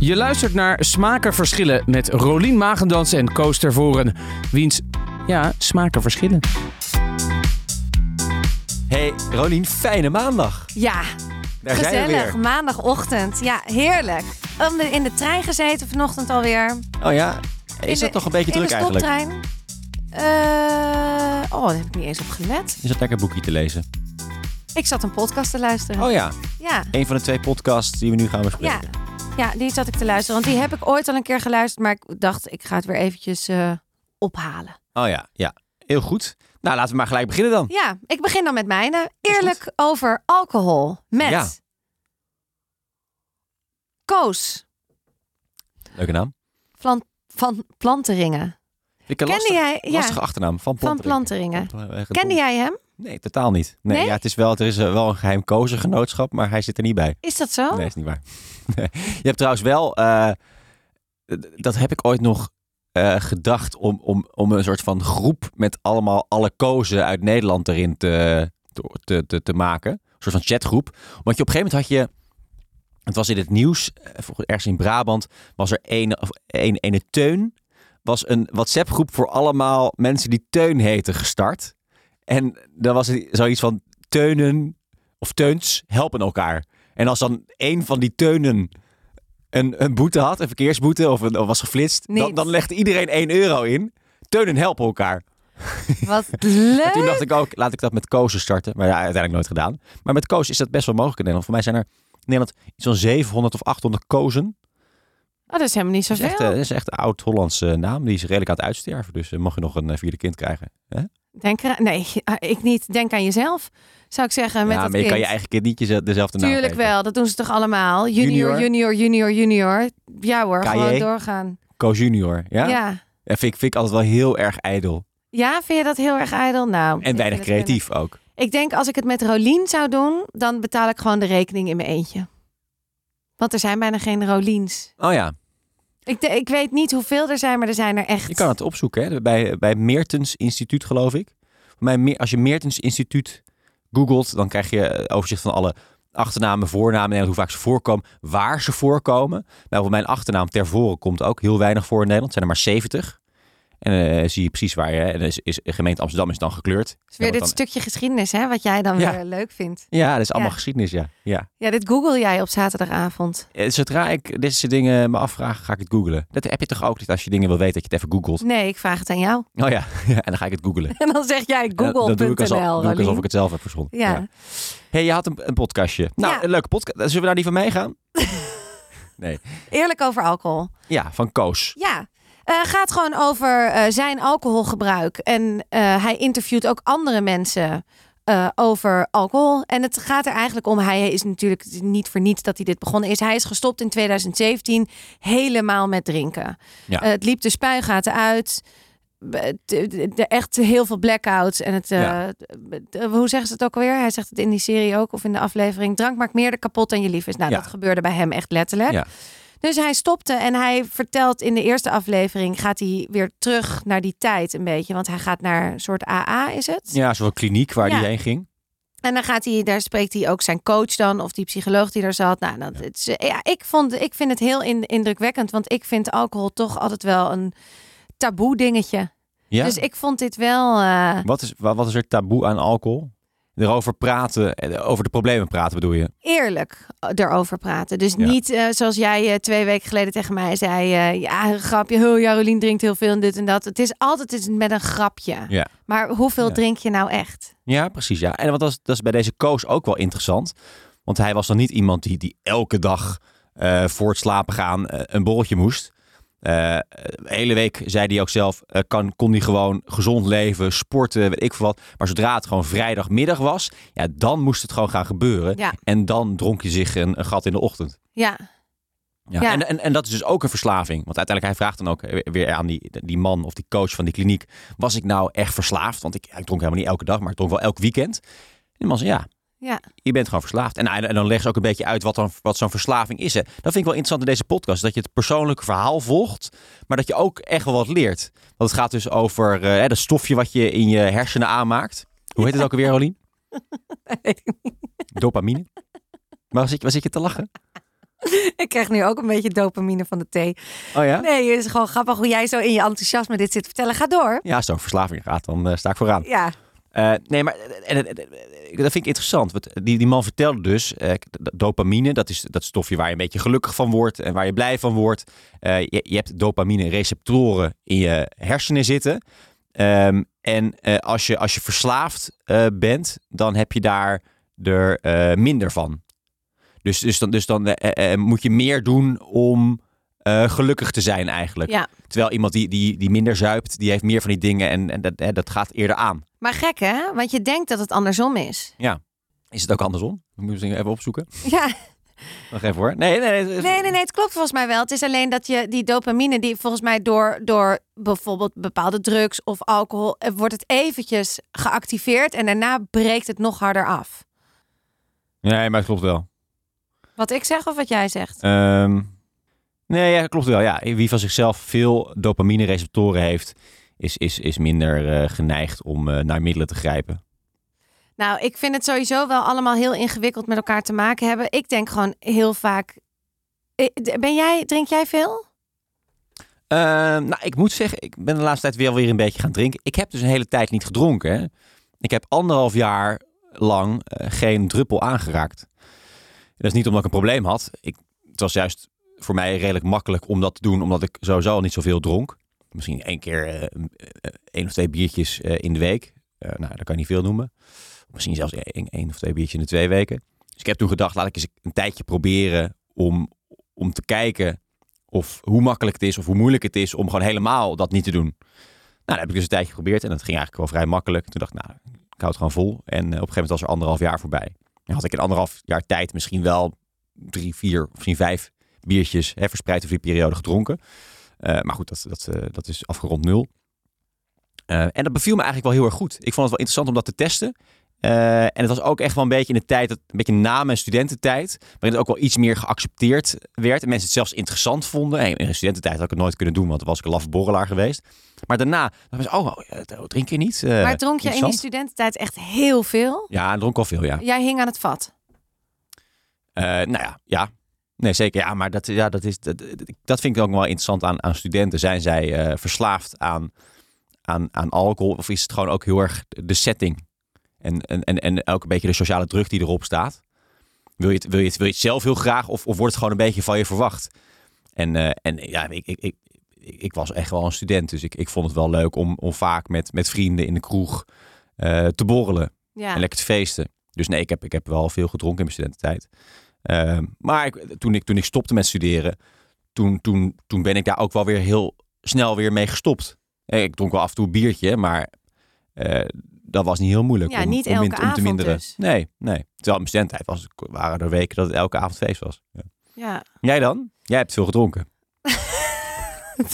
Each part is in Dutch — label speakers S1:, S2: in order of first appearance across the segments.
S1: Je luistert naar Smaken Verschillen met Rolien Magendans en Koos Tervoren. Wiens, ja, smaken verschillen.
S2: Hey Rolien, fijne maandag.
S3: Ja,
S2: Daar zijn we
S3: gezellig.
S2: weer.
S3: Maandagochtend. Ja, heerlijk. Om de- in de trein gezeten vanochtend alweer.
S2: Oh ja,
S3: In
S2: is
S3: de-
S2: dat toch een beetje druk
S3: in de
S2: eigenlijk?
S3: stoptrein. Eh, oh, daar heb ik niet eens op gelet.
S2: Je zat lekker een boekje te lezen.
S3: Ik zat een podcast te luisteren.
S2: Oh ja,
S3: Ja,
S2: een van de twee podcasts die we nu gaan
S3: ja.
S2: bespreken.
S3: Ja, die zat ik te luisteren. Want die heb ik ooit al een keer geluisterd. Maar ik dacht, ik ga het weer eventjes eh, ophalen.
S2: Oh ja, ja. Heel goed. Nou, laten we maar gelijk beginnen dan.
S3: Ja, ik begin dan met mijne. Eerlijk over alcohol. Met
S2: Ja.
S3: Koos
S2: Leuke naam.
S3: van, van Planteringen.
S2: Ik een
S3: Kende
S2: lastig,
S3: jij- ja.
S2: lastige achternaam van
S3: Van
S2: Planteringen.
S3: Planteringen.
S2: Planteringen.
S3: Kende jij hem?
S2: Nee, totaal niet. Nee,
S3: Nee?
S2: Ja, het is wel, er is eh, wel een geheim kozengenootschap, maar hij zit er niet bij.
S3: Is dat zo?
S2: Nee, is niet waar. Nee. Je hebt trouwens wel, eh, d- dat heb ik ooit nog eh, gedacht om, om, om een soort van groep met allemaal alle kozen uit Nederland erin te, te, te, te maken. Een soort van chatgroep. Want je op een gegeven moment had je, het was in het nieuws, eh, volgens- ergens in Brabant, was er een, of een, ene teun. Was een WhatsApp groep voor allemaal mensen die teun heten gestart. En dan was het zoiets van teunen of teuns helpen elkaar. En als dan een van die teunen een, een boete had, een verkeersboete of, een, of was geflitst, dan,
S3: Niet.
S2: dan legde iedereen 1 euro in. Teunen helpen elkaar.
S3: Wat
S2: En toen
S3: leuk.
S2: dacht ik ook, laat ik dat met Kozen starten. Maar ja, uiteindelijk nooit gedaan. Maar met Koos is dat best wel mogelijk in Nederland. Voor mij zijn er in Nederland iets van 700 of 800 Kozen.
S3: Oh, dat is helemaal niet
S2: Dat is
S3: zoveel.
S2: echt, eh, dat is echt een oud-Hollandse naam. Die is redelijk aan het uitsterven. Dus eh, mag je nog een eh, vierde kind krijgen. Hè?
S3: Denk eraan. Nee, ah, ik niet. Denk aan jezelf, zou ik zeggen. Met
S2: ja,
S3: dat
S2: maar je kan je
S3: kind.
S2: eigen kind niet jeze- dezelfde naam
S3: Tuurlijk
S2: geven.
S3: wel, dat doen ze toch allemaal? Junior, junior, junior, junior. Ja hoor,
S2: KJ.
S3: gewoon doorgaan.
S2: Koos junior. Ja?
S3: ja.
S2: En vind, ik- vind ik altijd wel heel erg ijdel.
S3: Ja, vind je dat heel erg ijdel? Nou, ik
S2: En
S3: vind
S2: weinig
S3: het
S2: creatief ook.
S3: kunnen. Ik denk als ik het met Rolien zou doen, dan betaal ik gewoon de rekening in mijn eentje. Want er zijn bijna geen Roliens.
S2: Oh ja,
S3: Ik, de- ik weet niet hoeveel er zijn, maar er zijn er echt.
S2: je kan het opzoeken. Hè? Bij, bij Meertens Instituut geloof ik. Voor mij, Meer- als je Meertens Instituut googelt, dan krijg je eh, overzicht van alle achternamen, voornamen en hoe vaak ze voorkomen, waar ze voorkomen. Nou, voor mijn achternaam Tervoren komt ook heel weinig voor in Nederland. Het zijn er maar 70. En eh, zie je precies waar je... hè. En dan is, is, gemeente Amsterdam is dan gekleurd.
S3: Het is weer
S2: Ja,
S3: dit
S2: want dan-
S3: stukje geschiedenis, hè, wat jij dan
S2: Ja.
S3: weer leuk vindt.
S2: Ja, dat is allemaal
S3: Ja.
S2: geschiedenis, ja. ja.
S3: Ja, dit google jij op zaterdagavond.
S2: Eh, Zodra ik deze dingen me afvraag, ga ik het googlen. Dat heb je toch ook niet als je dingen wil weten, dat je het even googelt.
S3: Nee, ik vraag het aan jou.
S2: Oh ja, en dan ga ik het googlen.
S3: En dan zeg jij
S2: En dat- dat doe ik, alsof,
S3: google.nl.
S2: doe ik alsof
S3: Rolien.
S2: ik het zelf heb verzonnen.
S3: Ja.
S2: hey, je had een, een podcastje. Nou,
S3: Ja.
S2: een leuke podcast. Zullen we naar die van mij gaan? nee.
S3: eerlijk over alcohol.
S2: Ja, van Koos.
S3: Ja. Eh gaat gewoon over eh, zijn alcoholgebruik. En eh, hij interviewt ook andere mensen eh, over alcohol. En het gaat er eigenlijk om. Hij is natuurlijk niet voor niets dat hij dit begonnen is. Hij is gestopt in 2017 helemaal met drinken.
S2: Ja.
S3: Eh, het liep de spuigaten uit. Eh, Be- de- de- de- Echt heel veel blackouts. En het, eh,
S2: Ja.
S3: de- hoe zeggen ze het ook alweer? Hij zegt het in die serie ook of in de aflevering. Drank maakt meer de kapot dan je lief is. Nou,
S2: Ja.
S3: dat gebeurde bij hem echt letterlijk.
S2: Ja.
S3: Dus hij stopte en hij vertelt in de eerste aflevering... gaat hij weer terug naar die tijd een beetje. Want hij gaat naar een soort AA, is het?
S2: Ja, zo'n kliniek waar
S3: Ja.
S2: die heen ging.
S3: En dan gaat hij, daar spreekt hij ook zijn coach dan, of die psycholoog die er zat. Nou, dat, het is, eh, ja, ik, vond, ik vind het heel in- indrukwekkend, want ik vind alcohol toch altijd wel een taboe dingetje.
S2: Ja?
S3: Dus ik vond dit wel. eh,
S2: wat, is, wa- wat is er taboe aan alcohol? Erover praten, eh, over de problemen praten bedoel je?
S3: eerlijk eh, erover praten. Dus
S2: Ja.
S3: niet eh, zoals jij eh, twee weken geleden tegen mij zei... eh, ja, een grapje, oh, Jarolien drinkt heel veel en dit en dat. Het is altijd iets met een grapje.
S2: Ja.
S3: Maar hoeveel
S2: Ja.
S3: drink je nou echt?
S2: Ja, precies. Ja. En want dat, is, dat is bij deze Koos ook wel interessant. Want hij was dan niet iemand die, die elke dag eh, voor het slapen gaan eh, een borreltje moest. Eh, de hele week zei hij ook zelf, eh, kan, kon hij gewoon gezond leven, sporten, weet ik veel wat. Maar zodra het gewoon vrijdagmiddag was, ja, dan moest het gewoon gaan gebeuren.
S3: Ja.
S2: En dan dronk je zich een, een gat in de ochtend.
S3: Ja,
S2: Ja.
S3: Ja.
S2: En, en, en dat is dus ook een verslaving. Want uiteindelijk, hij vraagt dan ook weer aan die, die man of die coach van die kliniek... was ik nou echt verslaafd? Want ik, ja, ik dronk helemaal niet elke dag, maar ik dronk wel elk weekend. En die man zei, ja,
S3: ja.
S2: je bent gewoon verslaafd. En, en, en dan leggen ze ook een beetje uit wat, dan, wat zo'n verslaving is. Hè. Dat vind ik wel interessant in deze podcast. Dat je het persoonlijke verhaal volgt, maar dat je ook echt wel wat leert. Want het gaat dus over eh, hè, dat stofje wat je in je hersenen aanmaakt. Hoe heet het ook alweer, Rolien?
S3: weet
S2: Dopamine. Maar waar zit, je- waar zit je te lachen?
S3: Ik krijg nu ook een beetje dopamine van de thee.
S2: Oh ja?
S3: Nee, het is gewoon grappig hoe jij zo in je enthousiasme dit zit te vertellen. Ga door.
S2: Ja, als het over verslaving gaat, dan eh, sta ik vooraan.
S3: Ja,
S2: Eh, nee, maar en, en- en- en- dat vind ik interessant. Want eh, die, die man vertelde dus, eh, dat dopamine, dat is dat stofje waar je een beetje gelukkig van wordt en waar je blij van wordt. Eh, je, je hebt dopamine-receptoren in je hersenen zitten. Ehm, en eh, als, je, als je verslaafd eh, bent, dan heb je daar er eh, minder van. Dus, dus dan, dus dan eh, eh, moet je meer doen om eh, gelukkig te zijn eigenlijk.
S3: ja.
S2: Terwijl iemand die, die, die minder zuipt, die heeft meer van die dingen en, en dat, eh, dat gaat eerder aan.
S3: Maar gek hè? Want je denkt dat het andersom is.
S2: Is het ook andersom? We moeten het even opzoeken.
S3: Ja,
S2: Nog even hoor. Nee, nee, nee.
S3: nee, nee, nee, het klopt volgens mij wel. Het is alleen dat je die dopamine, die volgens mij door, door bijvoorbeeld bepaalde drugs of alcohol, eh, wordt het eventjes geactiveerd en daarna breekt het nog harder af.
S2: Nee, maar het klopt wel.
S3: Wat ik zeg of wat jij zegt?
S2: Ehm, nee, ja, klopt wel. Ja. Wie van zichzelf veel dopamine-receptoren heeft, is, is, is minder eh, geneigd om eh, naar middelen te grijpen.
S3: Nou, ik vind het sowieso wel allemaal heel ingewikkeld met elkaar te maken hebben. Ik denk gewoon heel vaak. Eh, d- Ben jij, drink jij veel?
S2: Ehm, nou, ik moet zeggen, ik ben de laatste tijd weer, weer een beetje gaan drinken. Ik heb dus een hele tijd niet gedronken. Hè. Ik heb anderhalf jaar lang eh, geen druppel aangeraakt. Dat is niet omdat ik een probleem had. Ik, het was juist voor mij redelijk makkelijk om dat te doen, omdat ik sowieso al niet zoveel dronk. Misschien één keer eh, een- eh, één of twee biertjes eh, in de week. Eh, nou, dat kan je niet veel noemen. Misschien zelfs één, één of twee biertjes in de twee weken. Dus ik heb toen gedacht, laat ik eens een tijdje proberen om, om te kijken of hoe makkelijk het is of hoe moeilijk het is om gewoon helemaal dat niet te doen. Nou, dat heb ik dus een tijdje geprobeerd en dat ging eigenlijk wel vrij makkelijk. Toen dacht ik, nou, ik hou het gewoon vol. En eh, op een gegeven moment was er anderhalf jaar voorbij. Dan had ik in anderhalf jaar tijd misschien wel drie, vier, of misschien vijf biertjes hè, verspreid over die periode gedronken. Eh, maar goed, dat, dat, eh, dat is afgerond nul. Eh, en dat beviel me eigenlijk wel heel erg goed. Ik vond het wel interessant om dat te testen. Eh, en het was ook echt wel een beetje in de tijd, dat- een beetje na mijn studententijd, waarin het ook wel iets meer geaccepteerd werd. En mensen het zelfs interessant vonden. En in de studententijd had ik het nooit kunnen doen, want dan was ik een laffe borrelaar geweest. Maar daarna, dan was oh, oh, eh, drink je niet? Eh,
S3: maar dronk je in die
S2: interessant.
S3: studententijd echt heel veel?
S2: Ja, dronk al veel, ja.
S3: Jij hing aan het vat.
S2: Eh, nou ja, ja. Nee, zeker. Ja, maar dat, ja, dat, is, dat, dat vind ik ook wel interessant aan, aan studenten. Zijn zij eh, verslaafd aan, aan, aan alcohol? Of is het gewoon ook heel erg de setting? En, en, en, en ook een beetje de sociale druk die erop staat. Wil je het, wil je het, wil je het zelf heel graag of, of wordt het gewoon een beetje van je verwacht? En, eh, en ja, ik, ik, ik, ik, ik was echt wel een student. Dus ik, ik vond het wel leuk om, om vaak met, met vrienden in de kroeg eh, te borrelen
S3: Ja.
S2: en lekker te feesten. Dus nee, ik heb, ik heb wel veel gedronken in mijn studententijd. Ehm, maar ik, toen, ik, toen ik stopte met studeren, toen, toen, toen ben ik daar ook wel weer heel snel weer mee gestopt. Eh, Ik dronk wel af en toe een biertje, maar eh, dat was niet heel moeilijk
S3: Ja,
S2: om,
S3: niet
S2: om, in-
S3: elke
S2: om te
S3: avond
S2: minderen.
S3: dus.
S2: Nee, nee. Terwijl in mijn studententijd was, waren er weken dat het elke avond feest was. Ja.
S3: ja.
S2: Jij dan? Jij hebt veel gedronken.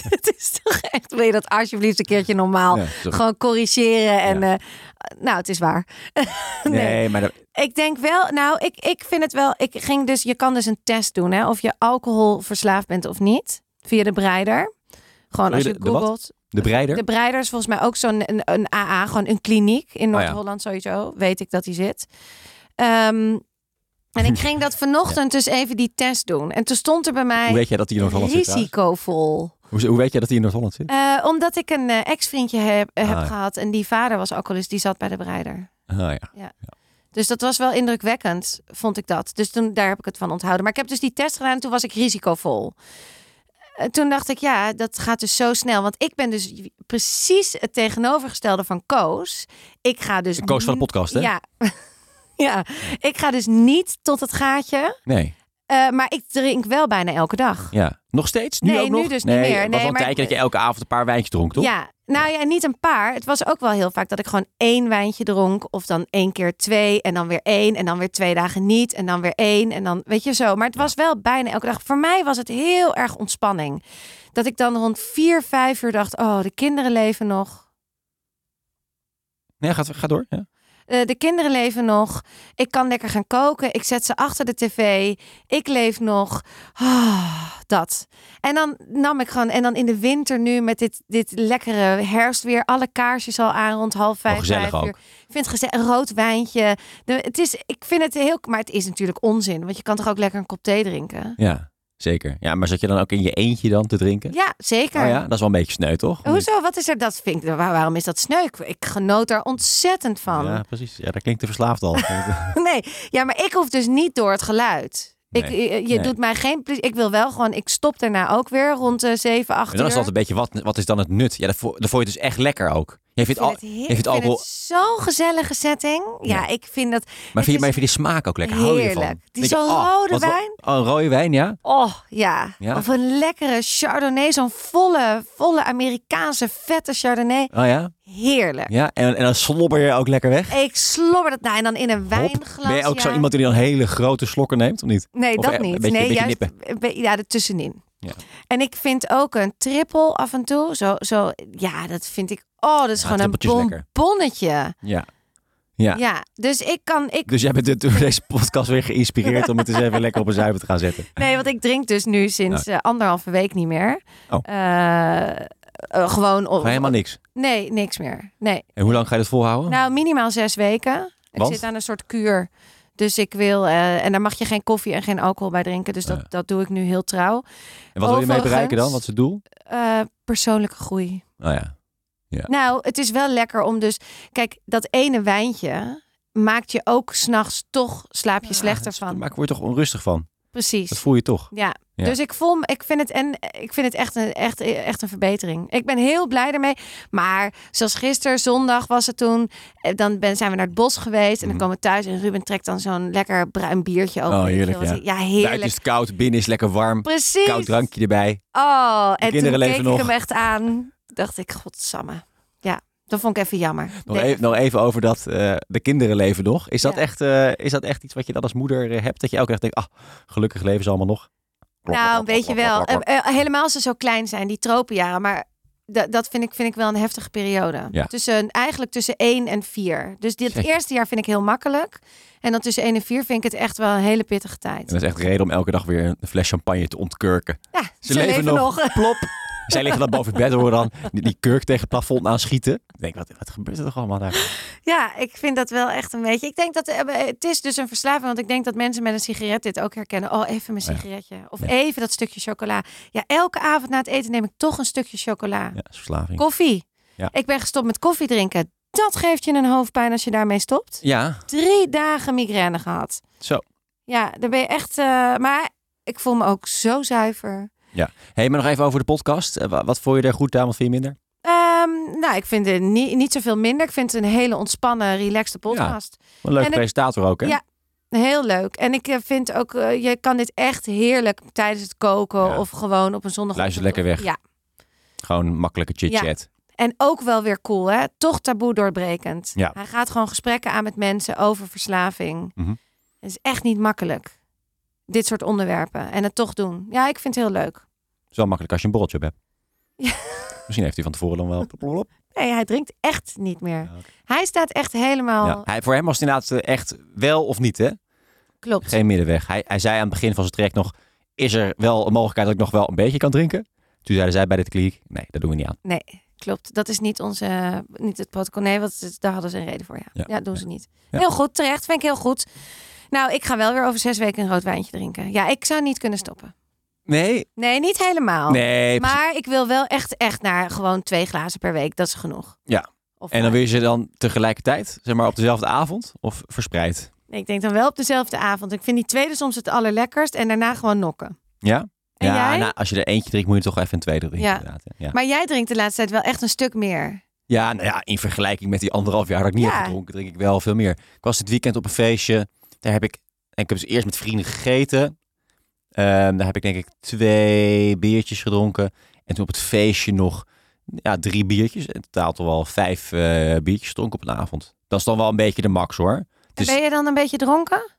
S3: Het is toch echt, wil je dat alsjeblieft een keertje normaal?
S2: Ja, sorry.
S3: Gewoon corrigeren en... eh, nou, het is waar.
S2: nee. maar dat-
S3: Ik denk wel, nou, ik, ik vind het wel... Ik ging dus, je kan dus een test doen, hè. Of je alcoholverslaafd bent of niet. Via de breider. Gewoon als
S2: de-
S3: je
S2: de wat?
S3: googelt.
S2: de breider?
S3: De breider is volgens mij ook zo'n een, een AA, gewoon een kliniek. In
S2: Oh ja.
S3: Noord-Holland sowieso, weet ik dat die zit. Ehm, en ik ging dat vanochtend dus even die test doen. En toen stond er bij
S2: Hoe
S3: mij
S2: weet jij dat hij in Noord-Holland zit? trouwens?
S3: risicovol.
S2: Hoe, hoe weet jij dat hij in Noord-Holland zit?
S3: Eh, omdat ik een eh, ex-vriendje heb, eh, heb
S2: Ah, ja.
S3: gehad en die vader was alcoholist, die zat bij de breider.
S2: Ah, ja.
S3: Dus dat was wel indrukwekkend, vond ik dat. Dus toen, daar heb ik het van onthouden. Maar ik heb dus die test gedaan en toen was ik risicovol. Eh, toen dacht ik, ja, dat gaat dus zo snel. Want ik ben dus precies het tegenovergestelde van Koos. Ik ga dus...
S2: Koos van de podcast, hè?
S3: Ja. ja. Ik ga dus niet tot het gaatje.
S2: Nee.
S3: eh, maar ik drink wel bijna elke dag.
S2: Ja. Nog steeds? Nu
S3: Nee,
S2: ook
S3: nu
S2: nog?
S3: dus niet meer.
S2: Het was
S3: Nee,
S2: wel een
S3: maar-
S2: tijdje dat je elke avond een paar wijntjes dronk, toch?
S3: Ja, nou ja, niet een paar. Het was ook wel heel vaak dat ik gewoon één wijntje dronk. Of dan één keer twee en dan weer één. En dan weer twee dagen niet. En dan weer één. En dan weet je zo. Maar het was wel bijna elke dag. Voor mij was het heel erg ontspanning. Dat ik dan rond vier, vijf uur dacht: oh, de kinderen leven nog.
S2: Nee, ga, ga door. Ja.
S3: Eh, de kinderen leven nog. Ik kan lekker gaan koken. Ik zet ze achter de tv. Ik leef nog. Ah, dat. En dan nam ik gewoon. En dan in de winter nu met dit, dit lekkere herfstweer. Alle kaarsjes al aan rond half vijf.
S2: gezellig
S3: vijf
S2: ook.
S3: uur. Ik vind het gezellig. Een rood wijntje. De, het is, ik vind het heel. Maar het is natuurlijk onzin. Want je kan toch ook lekker een kop thee drinken?
S2: Ja, zeker. Ja, maar zat je dan ook in je eentje dan te drinken?
S3: Ja, zeker.
S2: Oh ja, dat is wel een beetje sneu, toch?
S3: Hoezo? Wat is er? Dat vind ik, waar- waarom is dat sneu? Ik- Ik genoot daar ontzettend van.
S2: Ja, precies. Ja, dat klinkt te verslaafd al.
S3: Nee, ja, maar ik hoef dus niet door het geluid. Ik, eh,
S2: Nee,
S3: je- je
S2: nee.
S3: doet mij geen plezier. Ik wil wel gewoon, ik stop daarna ook weer rond eh 7, 8
S2: En
S3: uur.
S2: dan is dat een beetje, wat, wat is dan het nut? Ja, dat vo- dat vond je dus echt lekker ook. Je vindt
S3: Ik
S2: al,
S3: vind het, heer-
S2: je vindt
S3: ik vind
S2: alcohol-
S3: het zo'n gezellige setting. Ja,
S2: Ja.
S3: ik vind dat...
S2: maar,
S3: het
S2: vind je, maar vind
S3: is-
S2: je die smaak ook lekker? Hou je ervan?
S3: Heerlijk. Die
S2: Denk je,
S3: zo'n
S2: ah,
S3: rode
S2: wat wel-
S3: wijn?
S2: Oh, een rode wijn, ja.
S3: Oh, ja.
S2: Ja.
S3: Of een lekkere Chardonnay. Zo'n volle, volle Amerikaanse vette Chardonnay.
S2: Oh ja?
S3: Heerlijk.
S2: ja. En, en dan slobber je ook lekker weg?
S3: Ik slobber dat nou en dan in een
S2: Hop.
S3: wijnglas.
S2: Ben je ook
S3: ja.
S2: zo iemand die dan hele grote slokken neemt, of niet?
S3: Nee,
S2: Of
S3: dat
S2: een
S3: niet.
S2: beetje-
S3: nee,
S2: beetje
S3: juist een be- ja, er tussenin.
S2: Ja.
S3: En ik vind ook een triple af en toe. Zo, zo, ja, dat vind ik. Oh, dat is
S2: Ja,
S3: gewoon een
S2: trippeltjes lekker.
S3: bonbonnetje.
S2: Ja.
S3: Ja.
S2: ja.
S3: dus ik kan. Ik,
S2: Dus jij bent dit- door deze podcast weer geïnspireerd om het eens even lekker op een zuiver te gaan zetten.
S3: nee, want ik drink dus nu sinds eh, anderhalve week niet meer.
S2: Oh.
S3: Eh, eh, gewoon. op-
S2: Gewoon helemaal niks.
S3: Nee, niks meer. Nee.
S2: En hoe lang ga je dat volhouden?
S3: Nou, minimaal zes weken.
S2: Want?
S3: Ik zit aan een soort kuur. Dus ik wil. eh, en daar mag je geen koffie en geen alcohol bij drinken. Dus dat,
S2: Ja.
S3: dat doe ik nu heel trouw.
S2: en wat wil je mee
S3: overigens-
S2: bereiken dan? Wat is het doel?
S3: Eh, persoonlijke groei.
S2: Nou ja.
S3: Nou, het is wel lekker om dus... Kijk, dat ene wijntje maakt je ook s'nachts toch slaap
S2: Ah,
S3: je slechter van.
S2: Maar ik word toch onrustig van. Dat
S3: Precies.
S2: voel je toch?
S3: Ja.
S2: Ja.
S3: dus ik voel, me- ik vind het en ik vind het echt een, echt, echt een verbetering. Ik ben heel blij ermee. Maar zoals gisteren, zondag was het toen, eh, dan ben, zijn we naar het bos geweest en dan
S2: Mhm.
S3: komen we thuis en Ruben trekt dan zo'n lekker bruin biertje open.
S2: Oh,
S3: weet je
S2: heerlijk,
S3: wel.
S2: ja.
S3: Dus ja,
S2: Buiten is
S3: heerlijk.
S2: het koud, binnen is het lekker warm.
S3: Precies.
S2: Koud drankje erbij.
S3: Oh, en toen
S2: kinderen
S3: keek
S2: leven
S3: ik
S2: nog.
S3: hem echt aan. Dacht ik, godsamme. Ja, dat vond ik even jammer.
S2: Nog,
S3: Nee,
S2: even, nog even over dat eh, de kinderen leven nog. Is dat,
S3: Ja.
S2: echt, eh, is dat echt iets wat je dan als moeder eh, hebt? Dat je elke dag denkt, ah, gelukkig leven ze allemaal nog.
S3: Nou, weet je wel. Eh, eh, helemaal als ze zo klein zijn, die tropenjaren. Maar da- dat vind ik, vind ik wel een heftige periode.
S2: Ja.
S3: Tussen, eigenlijk tussen 1 en 4. Dus dit
S2: Jeetje.
S3: eerste jaar vind ik heel makkelijk. En dan tussen 1 en 4 vind ik het echt wel een hele pittige tijd.
S2: En dat is echt reden om elke dag weer een fles champagne te ontkurken.
S3: Ja, ze, leven, nog.
S2: Plop. Zij liggen dan boven het bed, hoor dan die, die kurk tegen het plafond aanschieten. Ik denk, wat, wat gebeurt er toch allemaal daar?
S3: Ja, ik vind dat wel echt een beetje. Ik denk dat eh, het is dus een verslaving. Want ik denk dat mensen met een sigaret dit ook herkennen. Oh, even mijn
S2: Ja.
S3: sigaretje. Of
S2: Ja.
S3: even dat stukje chocola. Ja, elke avond na het eten neem ik toch een stukje chocola.
S2: Ja, dat is verslaving.
S3: Koffie.
S2: Ja.
S3: Ik ben gestopt met koffie drinken. Dat geeft je een hoofdpijn als je daarmee stopt.
S2: Ja,
S3: Drie dagen migraine gehad.
S2: zo.
S3: Ja, daar ben je echt. eh, maar ik voel me ook zo zuiver.
S2: hey, maar nog even over de podcast. Eh, wa- wat vond je er goed aan, wat vind je minder?
S3: Ehm, nou, ik vind het niet, niet zoveel minder. Ik vind het een hele ontspannen, relaxte podcast.
S2: Wat Een leuke
S3: En het-
S2: presentator ook, hè?
S3: Ja. Heel leuk. En ik eh, vind ook, eh, je kan dit echt heerlijk tijdens het koken
S2: Ja.
S3: of gewoon op een zondag.
S2: Luister lekker weg.
S3: Ja.
S2: Gewoon makkelijke chit-chat.
S3: En ook wel weer cool, hè? Toch taboe doorbrekend.
S2: Ja.
S3: Hij gaat gewoon gesprekken aan met mensen over verslaving.
S2: Mhm.
S3: Het is echt niet makkelijk. Dit soort onderwerpen. En het toch doen. Ja, ik vind het heel leuk.
S2: Is wel makkelijk als je een borreltje op hebt.
S3: Ja.
S2: Misschien heeft hij van tevoren dan wel... plop, plop, plop.
S3: Nee, hij drinkt echt niet meer.
S2: Ja, oké.
S3: Hij staat echt helemaal...
S2: Ja. Hij, voor hem was het inderdaad eh, echt wel of niet, hè?
S3: Klopt.
S2: Geen middenweg. Hij, hij zei aan het begin van zijn traject nog... Is er wel een mogelijkheid dat ik nog wel een beetje kan drinken? Toen zeiden zij bij de kliniek... Nee, dat doen we niet aan.
S3: Nee, klopt. Dat is niet, onze, niet het protocol. Nee, want het- daar hadden ze een reden voor. Ja,
S2: Ja.
S3: ja, doen ze niet.
S2: Ja.
S3: Heel goed, terecht. Vind ik heel goed. Nou, ik ga wel weer over zes weken een rood wijntje drinken. Ja, ik zou niet kunnen stoppen.
S2: Nee,
S3: Nee, Oh. niet helemaal.
S2: nee. precies.
S3: Maar ik wil wel echt, echt naar gewoon twee glazen per week. Dat is genoeg.
S2: Ja.
S3: Of
S2: En dan
S3: maar-
S2: wil je ze dan tegelijkertijd, zeg maar op dezelfde avond? Of verspreid?
S3: Nee, ik denk dan wel op dezelfde avond. Ik vind die tweede soms het allerlekkerst. En daarna gewoon nokken.
S2: Ja?
S3: En
S2: ja,
S3: jij?
S2: nou, als je er eentje drinkt, moet je toch even een tweede drinken.
S3: Ja.
S2: Inderdaad, hè. ja.
S3: Maar jij drinkt de laatste tijd wel echt een stuk meer.
S2: Ja, nou ja, in vergelijking met die anderhalf jaar dat ik niet
S3: Ja.
S2: heb gedronken, drink ik wel veel meer. Ik was dit weekend op een feestje. Daar heb ik, en ik heb dus eerst met vrienden gegeten. Ehm, daar heb ik denk ik twee biertjes gedronken. En toen op het feestje nog ja, drie biertjes. In totaal toch wel vijf eh, biertjes gedronken op een avond. Dat is dan wel een beetje de max hoor.
S3: En
S2: Dus-
S3: Ben je dan een beetje dronken?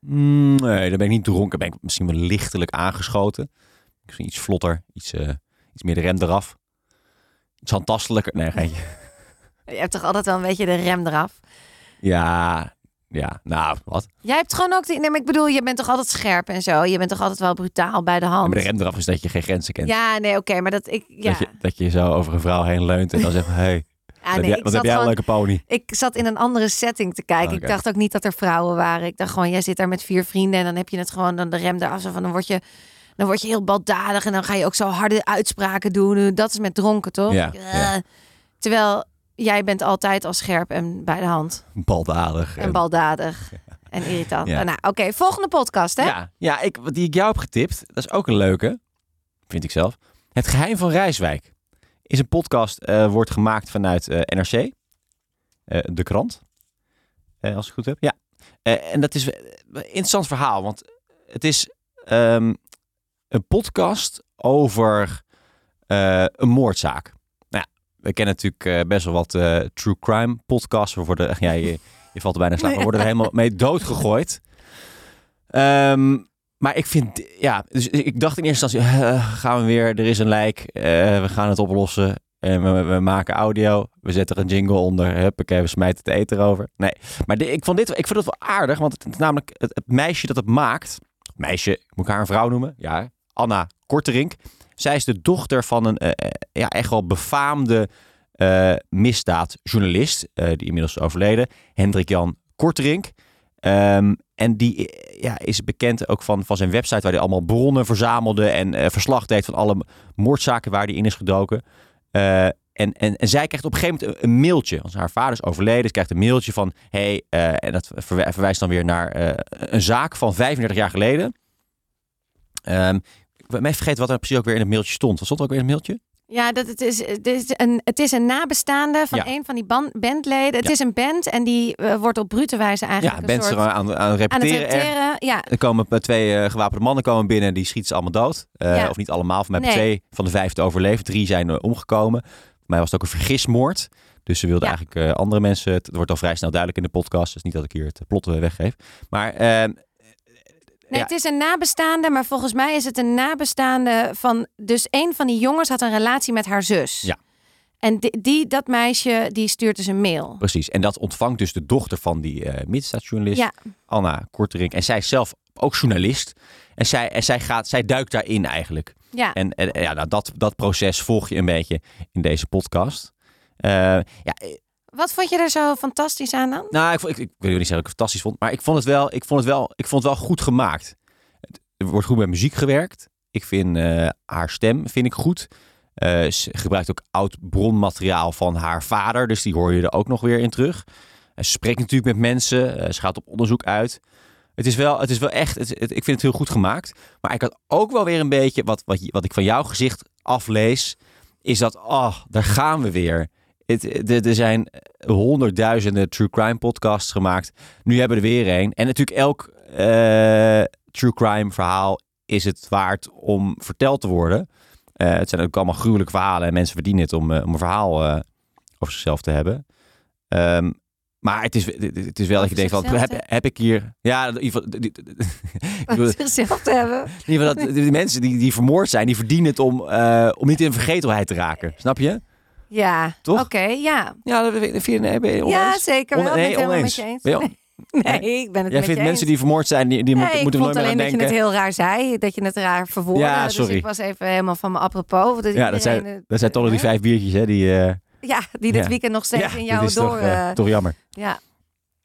S2: Mm, nee, dan ben ik niet dronken. Ben ik misschien wel lichtelijk aangeschoten. Misschien iets vlotter, iets, eh, iets meer de rem eraf. Iets handtastelijker. Nee, geintje.
S3: Je hebt toch altijd wel een beetje de rem eraf.
S2: Ja, ja. Nou, wat?
S3: Jij hebt gewoon ook... Die, nee, maar ik bedoel, je bent toch altijd scherp en zo? Je bent toch altijd wel brutaal bij de hand?
S2: Maar de rem eraf is dat je geen grenzen kent.
S3: Ja, nee, oké. maar dat ik... Ja.
S2: Dat, je, dat je zo over een vrouw heen leunt en dan zegt, hé, hey,
S3: Ja,
S2: wat
S3: nee,
S2: heb jij,
S3: ik
S2: wat heb
S3: zat
S2: jij een
S3: gewoon-
S2: leuke pony?
S3: Ik zat in een andere setting te kijken.
S2: Ah,
S3: Ik
S2: oké.
S3: dacht ook niet dat er vrouwen waren. Ik dacht gewoon, jij zit daar met vier vrienden en dan heb je het gewoon dan de rem eraf. Zo van, dan word je, dan word je heel baldadig en dan ga je ook zo harde uitspraken doen. Dat is met dronken, toch?
S2: Ja,
S3: Eh,
S2: ja.
S3: Terwijl jij bent altijd al scherp en bij de hand
S2: Baldadig.
S3: en baldadig en irritant.
S2: Ja.
S3: Nou, oké, volgende podcast, hè?
S2: Ja, ja ik, wat die ik jou heb getipt, dat is ook een leuke, vind ik zelf. Het Geheim van Rijswijk is een podcast, eh, wordt gemaakt vanuit eh, NRC, eh, de krant, eh, als ik het goed heb. Ja, Eh, en dat is eh, een interessant verhaal, want het is ehm, een podcast over eh, een moordzaak. Nou ja, we kennen natuurlijk eh, best wel wat eh, true crime podcasts. We worden, echt- ja, je, je valt er bijna in slaap, we worden er helemaal mee doodgegooid. Ehm, maar ik vind, ja, dus ik dacht in eerste instantie, eh, gaan we weer, er is een lijk, eh, we gaan het oplossen. En we, we maken audio, we zetten er een jingle onder, huppakee, we smijten het eten erover. Nee, maar di- ik vond dit, ik vond het wel aardig, want het, het- namelijk het, het meisje dat het maakt, meisje, moet ik haar een vrouw noemen? Ja, Anna Korterink. Zij is de dochter van een eh, eh, ja, echt wel befaamde eh, misdaadjournalist, eh, die inmiddels is overleden, Hendrik Jan Korterink. Ehm, en die eh, ja, is bekend ook van, van zijn website, waar hij allemaal bronnen verzamelde en eh, verslag deed van alle moordzaken waar hij in is gedoken. Eh, en, en, en zij krijgt op een gegeven moment een, een mailtje. Als haar vader is overleden, ze krijgt een mailtje van: hey, eh, en dat verwij- verwijst dan weer naar eh, een zaak van 35 jaar geleden. Ehm ik ben even vergeten wat er precies ook weer in het mailtje stond. Wat stond er ook weer in het mailtje?
S3: Ja, dat het is, het is een, het is een nabestaande van
S2: Ja.
S3: een van die ban- bandleden. Het
S2: Ja.
S3: is een band en die eh, wordt op brute wijze eigenlijk
S2: Ja,
S3: een
S2: bent
S3: soort...
S2: er aan, aan het
S3: aan het
S2: repeteren. erg.
S3: repeteren. Ja,
S2: Er komen eh, twee eh, gewapende mannen komen binnen, die schieten ze allemaal dood. Eh,
S3: Ja.
S2: Of niet allemaal, van mij hebben
S3: Nee.
S2: twee van de vijf het overleefd. Drie zijn eh, omgekomen. Voor mij was het ook een vergismoord. Dus ze wilden
S3: Ja.
S2: eigenlijk eh, andere mensen... Het wordt al vrij snel duidelijk in de podcast, dus niet dat ik hier het plot eh, weggeef. Maar eh,
S3: Nee,
S2: Ja.
S3: het is een nabestaande, maar volgens mij is het een nabestaande van. Dus een van die jongens had een relatie met haar zus.
S2: Ja.
S3: En die, die- dat meisje, die stuurt dus een mail.
S2: precies, en dat ontvangt dus de dochter van die eh middenstaatsjournalist.
S3: Ja,
S2: Anna Korterink. En zij is zelf ook journalist. En zij, en zij, gaat, zij duikt daarin eigenlijk.
S3: ja.
S2: En, en ja, nou, dat, dat proces volg je een beetje in deze podcast. Eh, ja, eh,
S3: Wat vond je er zo fantastisch aan dan?
S2: nou, ik, vond- ik, ik wil niet zeggen dat ik het fantastisch vond, maar ik vond het wel, ik vond het wel, ik vond het wel goed gemaakt. Het- Er wordt goed met muziek gewerkt. Ik vind eh, haar stem vind ik goed. Eh, ze gebruikt ook oud bronmateriaal van haar vader, dus die hoor je er ook nog weer in terug. En ze spreekt natuurlijk met mensen, eh, ze gaat op onderzoek uit. Het is wel, het is wel echt, het, het- ik vind het heel goed gemaakt. Maar ik had ook wel weer een beetje, wat, wat, je- wat ik van jouw gezicht aflees, is dat, ah, daar gaan we weer. Het, het- er zijn honderdduizenden true crime podcasts gemaakt. Nu hebben we er weer een. En natuurlijk elk eh, true crime verhaal is het waard om verteld te worden. Eh, het zijn ook allemaal gruwelijke verhalen en mensen verdienen het om, eh, om een verhaal eh, over zichzelf te hebben. Ehm, maar het is, het is wel dat je denkt van,
S3: zichzelf,
S2: heb,
S3: hè?
S2: heb ik hier... Ja, in ieder geval, die- die- ik bedoel,
S3: Zichzelf te hebben.
S2: in ieder geval dat, die mensen die, die vermoord zijn, die verdienen het om, eh, om niet in vergetelheid te raken. Snap je?
S3: Ja.
S2: Toch?
S3: Oké, ja.
S2: Ja, dat vind ik- vind je nee, ben je oneens?
S3: Ja, zeker. Wel,
S2: One-
S3: ben
S2: nee,
S3: ik helemaal
S2: oneens.
S3: met je eens.
S2: Ben je-
S3: Nee, ik ben het
S2: Jij
S3: met je
S2: vindt mensen
S3: eens.
S2: die vermoord zijn, die, die
S3: Nee,
S2: moeten
S3: ik
S2: moeten er
S3: vond
S2: nooit meer
S3: alleen
S2: aan
S3: dat je
S2: denken.
S3: het heel raar zei. Dat je het raar verwoordde.
S2: Ja,
S3: Dus
S2: sorry.
S3: ik was even helemaal van me apropos. Dat
S2: Ja, dat
S3: iedereen
S2: zijn,
S3: het-
S2: dat zijn toch nog die
S3: hè?
S2: vijf biertjes, hè? Die, eh,
S3: Ja, die dit
S2: Ja.
S3: weekend nog steeds
S2: ja,
S3: in
S2: dat
S3: jou
S2: is toch,
S3: door...
S2: eh,
S3: eh,
S2: toch jammer.
S3: Ja.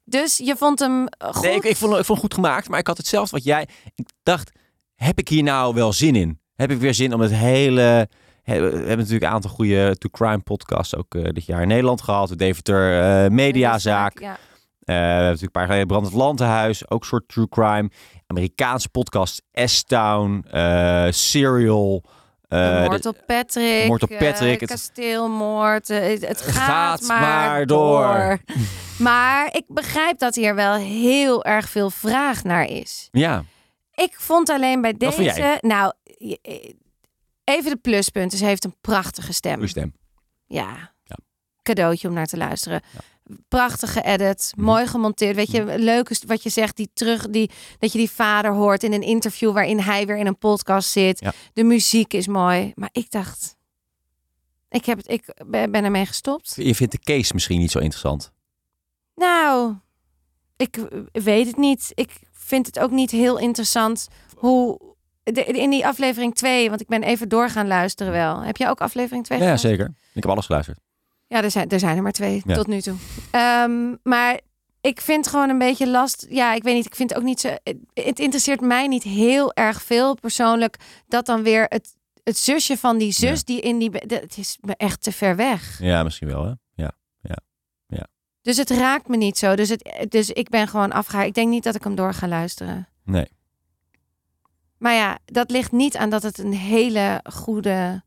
S3: Dus je vond hem eh, goed?
S2: Nee, ik, ik, vond, ik vond het goed gemaakt, maar ik had hetzelfde wat jij. Ik dacht, heb ik hier nou wel zin in? Heb ik weer zin om het hele. he- We hebben natuurlijk een aantal goede To Crime podcasts ook eh, dit jaar in Nederland gehad. De Deventer eh, Mediazaak.
S3: Ja.
S2: Eh, we hebben natuurlijk een paar geleden Brand het Landenhuis, ook soort true crime. Amerikaanse podcast S-Town, eh, Serial. eh,
S3: Moord op Patrick.
S2: Moord op
S3: eh,
S2: Patrick, het-
S3: kasteelmoord. eh, het, het gaat,
S2: gaat
S3: maar,
S2: maar
S3: door.
S2: door.
S3: maar ik begrijp dat hier wel heel erg veel vraag naar is.
S2: de- ja,
S3: Ik vond alleen bij
S2: Wat
S3: deze...
S2: vond jij?
S3: Nou, je- eh, even de pluspunten. Ze heeft een prachtige stem.
S2: uw stem.
S3: Ja.
S2: Ja.
S3: Cadeautje om naar te luisteren. Prachtige edit,
S2: Mhm.
S3: mooi gemonteerd. Weet je, leuk is wat je zegt, die terug, die, dat je die vader hoort in een interview waarin hij weer in een podcast zit.
S2: Ja.
S3: De muziek is mooi. Maar ik dacht, ik, heb het, ik ben ben ermee gestopt.
S2: Je vindt de case misschien niet zo interessant.
S3: Nou, ik eh, weet het niet. Ik vind het ook niet heel interessant hoe... de- de- in die aflevering 2, want ik ben even door gaan luisteren wel. Heb jij ook aflevering 2
S2: Ja, zeker. Ik heb alles geluisterd.
S3: Ja, er zijn er, zijn er maar twee
S2: Ja.
S3: tot nu toe. Ehm, maar ik vind gewoon een beetje last. Ja, ik weet niet. Ik vind ook niet zo. Het, het interesseert mij niet heel erg veel persoonlijk. Dat dan weer het, het zusje van die zus
S2: Ja.
S3: die in die. be- dat- Het is me echt te ver weg.
S2: Ja, misschien wel, hè? Ja.
S3: Dus het raakt me niet zo. Dus, het, dus ik ben gewoon afgehaakt. Ik denk niet dat ik hem door ga luisteren.
S2: Nee.
S3: Maar ja, dat ligt niet aan dat het een hele goede.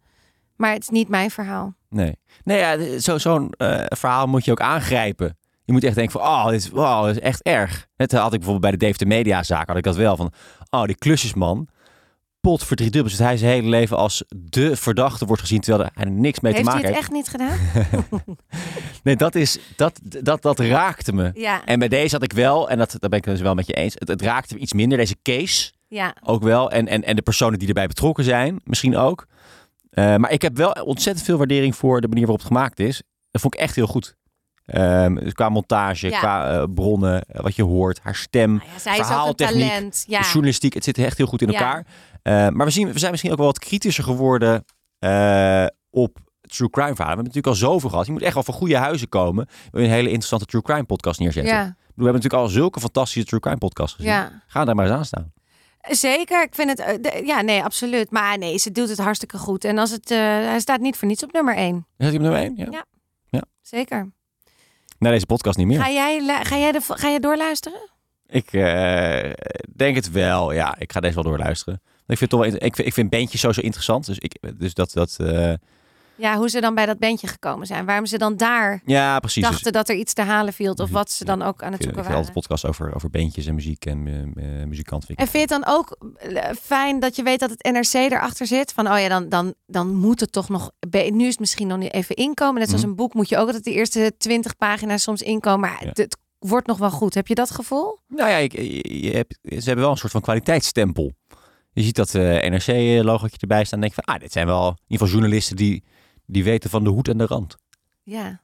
S3: Maar het is niet mijn verhaal.
S2: Nee. Nee, ja, d- zo, zo'n eh, verhaal moet je ook aangrijpen. Je moet echt denken van, oh, dit is, wow, dit is echt erg. Net eh, had ik bijvoorbeeld bij de Dave de Media zaak, had ik dat wel. Van, oh, die klusjesman, pot voor drie dubbels. Dat hij zijn hele leven als de verdachte wordt gezien, terwijl hij er niks mee
S3: Heeft
S2: te
S3: hij
S2: maken
S3: het
S2: heeft.
S3: echt niet gedaan?
S2: Nee, dat, is, dat, dat, dat raakte me.
S3: Ja.
S2: En bij deze had ik wel, en dat, daar ben ik het dus wel met je eens, het, het raakte me iets minder. Deze case,
S3: Ja.
S2: ook wel. En, en, en de personen die erbij betrokken zijn, misschien ook. Eh, maar ik heb wel ontzettend veel waardering voor de manier waarop het gemaakt is. Dat vond ik echt heel goed. Ehm, dus qua montage,
S3: Ja.
S2: qua eh, bronnen, eh, wat je hoort, haar stem,
S3: Nou ja, zij is ook een
S2: verhaaltechniek,
S3: talent.
S2: de
S3: Ja.
S2: journalistiek. Het zit echt heel goed in
S3: Ja.
S2: elkaar. Eh, maar we, zien, we zijn misschien ook wel wat kritischer geworden eh, op true crime verhalen. We hebben het natuurlijk al zoveel gehad. Je moet echt wel van goede huizen komen. Wil je een hele interessante true crime podcast neerzetten.
S3: Ja,
S2: Ik bedoel, We hebben natuurlijk al zulke fantastische true crime podcasts gezien.
S3: ja.
S2: Ga daar maar eens aan staan.
S3: Zeker, ik vind het... eh, de- Ja, nee, absoluut. Maar nee, ze doet het hartstikke goed. En als het, eh, hij staat niet voor niets op nummer één.
S2: Is dat die op nummer één? Ja.
S3: Ja. Zeker.
S2: Na deze podcast niet meer.
S3: Ga, jij, lu- ga, jij de, vo- ga jij doorluisteren?
S2: Ik eh, denk het wel. Ja, ik ga deze wel doorluisteren. Ik vind, het toch wel, inter- ik vind, ik vind bandjes sowieso interessant. Dus, ik, dus dat... dat eh,
S3: Ja, hoe ze dan bij dat bandje gekomen zijn. Waarom ze dan daar
S2: ja, precies. Dus
S3: dachten dat er iets te halen viel. Of
S2: Precies.
S3: wat ze dan ook aan
S2: ik
S3: het
S2: vind, ik
S3: zoeken
S2: vind altijd
S3: waren.
S2: podcasts over, over bandjes en muziek en eh, eh, muzikant. Vind ik.
S3: En vind je het dan ook eh, fijn dat je weet dat het NRC erachter zit? Van, oh ja, dan, dan, dan moet het toch nog... be- Nu is het misschien nog niet even inkomen. Net zoals
S2: Mhm.
S3: een boek moet je ook altijd de eerste twintig pagina's soms inkomen. Maar
S2: Ja.
S3: het, het wordt nog wel goed. Heb je dat gevoel?
S2: Nou ja, ik, je, je hebt, ze hebben wel een soort van kwaliteitsstempel. Je ziet dat eh, NRC-logootje erbij staan en denk je van... Ah, dit zijn wel in ieder geval journalisten die, die weten van de hoed en de rand.
S3: Ja.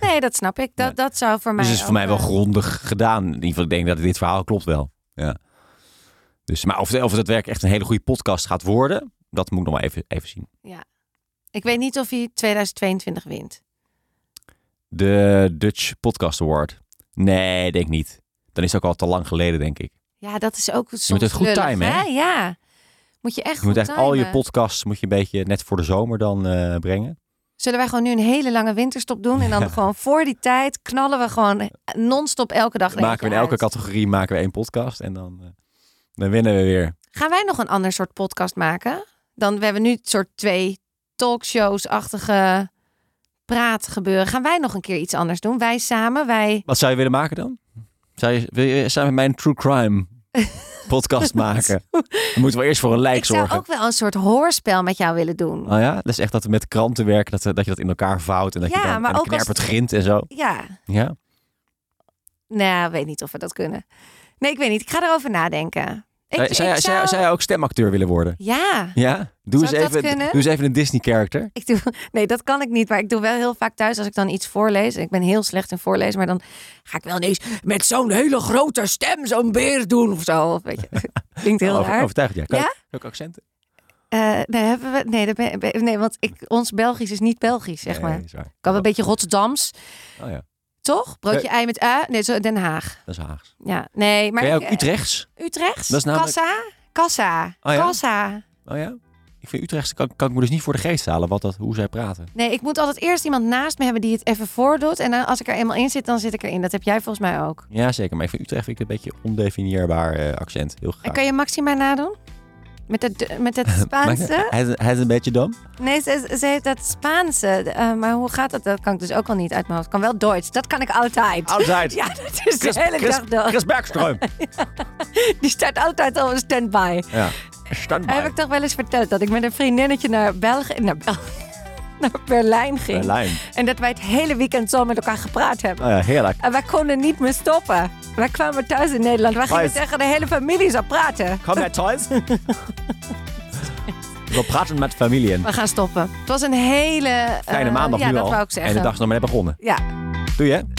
S3: Nee, dat snap ik. Dat,
S2: Ja.
S3: dat zou voor mij.
S2: dus het is voor
S3: ook,
S2: mij wel
S3: eh,
S2: grondig gedaan. In ieder geval, ik denk dat dit verhaal klopt wel. Ja. Dus, maar of, of het werk echt een hele goede podcast gaat worden, dat moet ik nog maar even, even zien.
S3: Ik weet niet of hij 2022 wint.
S2: De Dutch Podcast Award. Nee, denk niet. Dan is het ook al te lang geleden, denk ik.
S3: Ja, dat is ook soms
S2: moet het goed
S3: lullig,
S2: timen, hè?
S3: Ja. Moet je echt
S2: Je moet
S3: goed
S2: echt al je
S3: timen.
S2: podcasts moet je een beetje net voor de zomer dan eh, brengen.
S3: Zullen wij gewoon nu een hele lange winterstop doen en dan gewoon voor die tijd knallen we gewoon eh, non-stop elke dag. er
S2: maken we in
S3: eentje
S2: elke
S3: uit.
S2: categorie maken we één podcast en dan, eh, dan winnen we weer.
S3: Gaan wij nog een ander soort podcast maken? Dan we hebben nu het soort twee talkshows-achtige praat gebeuren. Gaan wij nog een keer iets anders doen? Wij samen, wij
S2: Wat zou je willen maken dan? Zou je, wil je samen met mij een true crime podcast maken? Dan moeten we eerst voor een lijk
S3: Ik zou
S2: zorgen.
S3: ook wel een soort hoorspel met jou willen doen.
S2: Oh ja, dat is echt dat we met kranten werken, dat, eh, dat je dat in elkaar vouwt en dat
S3: Ja,
S2: je dan,
S3: maar
S2: en dan
S3: ook als-
S2: knerp het grind en zo.
S3: Ja,
S2: Ja,
S3: nou, ik weet niet of we dat kunnen. Nee, ik weet niet. Ik ga erover nadenken. Ik,
S2: zou, jij-
S3: ik
S2: zou, jij- zou jij ook stemacteur willen worden?
S3: Ja,
S2: Ja, doe,
S3: Zou
S2: eens
S3: ik dat
S2: even, doe
S3: kunnen?
S2: eens even een Disney character.
S3: ik doe, nee, dat kan ik niet. Maar ik doe wel heel vaak thuis als ik dan iets voorlees. Ik ben heel slecht in voorlezen, maar dan ga ik wel ineens met zo'n hele grote stem zo'n beer doen of zo. Of weet je. Klinkt heel
S2: Over-
S3: raar.
S2: Overtuigd, ja. Kan
S3: Ja?
S2: je- Ook accenten?
S3: Eh, nee, hebben we, nee, daar ben- ben- nee, want ik, ons Belgisch is niet Belgisch, zeg maar.
S2: Nee,
S3: Ik
S2: is waar.
S3: kan wel een beetje Rotterdams,
S2: Oh ja,
S3: toch?
S2: Eh.
S3: Broodje ei met ui. Nee, zo Den Haag.
S2: dat is Haags.
S3: Ja, nee, maar
S2: Ben jij
S3: ik- eh,
S2: ook Utrechts?
S3: Utrechts?
S2: Dat is namelijk-
S3: Kassa? Kassa.
S2: Oh ja?
S3: Kassa.
S2: Oh ja? Ik vind Utrechts, kan, kan ik me dus niet voor de geest halen wat dat, hoe zij praten.
S3: Nee, ik moet altijd eerst iemand naast me hebben die het even voordoet. En dan, als ik er eenmaal in zit, dan zit ik erin. Dat heb jij volgens mij ook.
S2: Ja, zeker. Maar ik vind Utrecht vind ik een beetje ondefinieerbaar eh, accent. Heel
S3: En
S2: graag.
S3: kan je Maxima nadoen? Met dat, met dat Spaanse?
S2: Hij, is- hij is een beetje dom.
S3: Nee, ze, ze heeft dat Spaanse. Eh, maar hoe gaat dat? Dat kan ik dus ook al niet uit mijn hoofd. Ik kan wel Duits. Dat kan ik altijd.
S2: Outside.
S3: Ja, dat is
S2: Chris,
S3: de hele
S2: Chris,
S3: dag door.
S2: Chris Bergström.
S3: Die staat altijd al een stand-by.
S2: ja. Stand
S3: Heb
S2: by.
S3: ik toch wel eens verteld dat ik met een vriendinnetje naar België... Naar, Bel- naar Berlijn ging.
S2: Berlijn.
S3: En dat wij het hele weekend zo met elkaar gepraat hebben.
S2: Oh ja, heerlijk.
S3: En wij konden niet meer stoppen. Wij kwamen thuis in Nederland. Wij gingen
S2: Thuis.
S3: tegen de hele familie zo praten.
S2: Kom naar thuis. We praten met familien.
S3: We gaan stoppen. Het was een hele...
S2: Fijne
S3: eh,
S2: maandag
S3: ja,
S2: nu
S3: dat
S2: al.
S3: wou ik
S2: En de
S3: zeggen.
S2: dag is nog maar net begonnen.
S3: Ja,
S2: Doe je?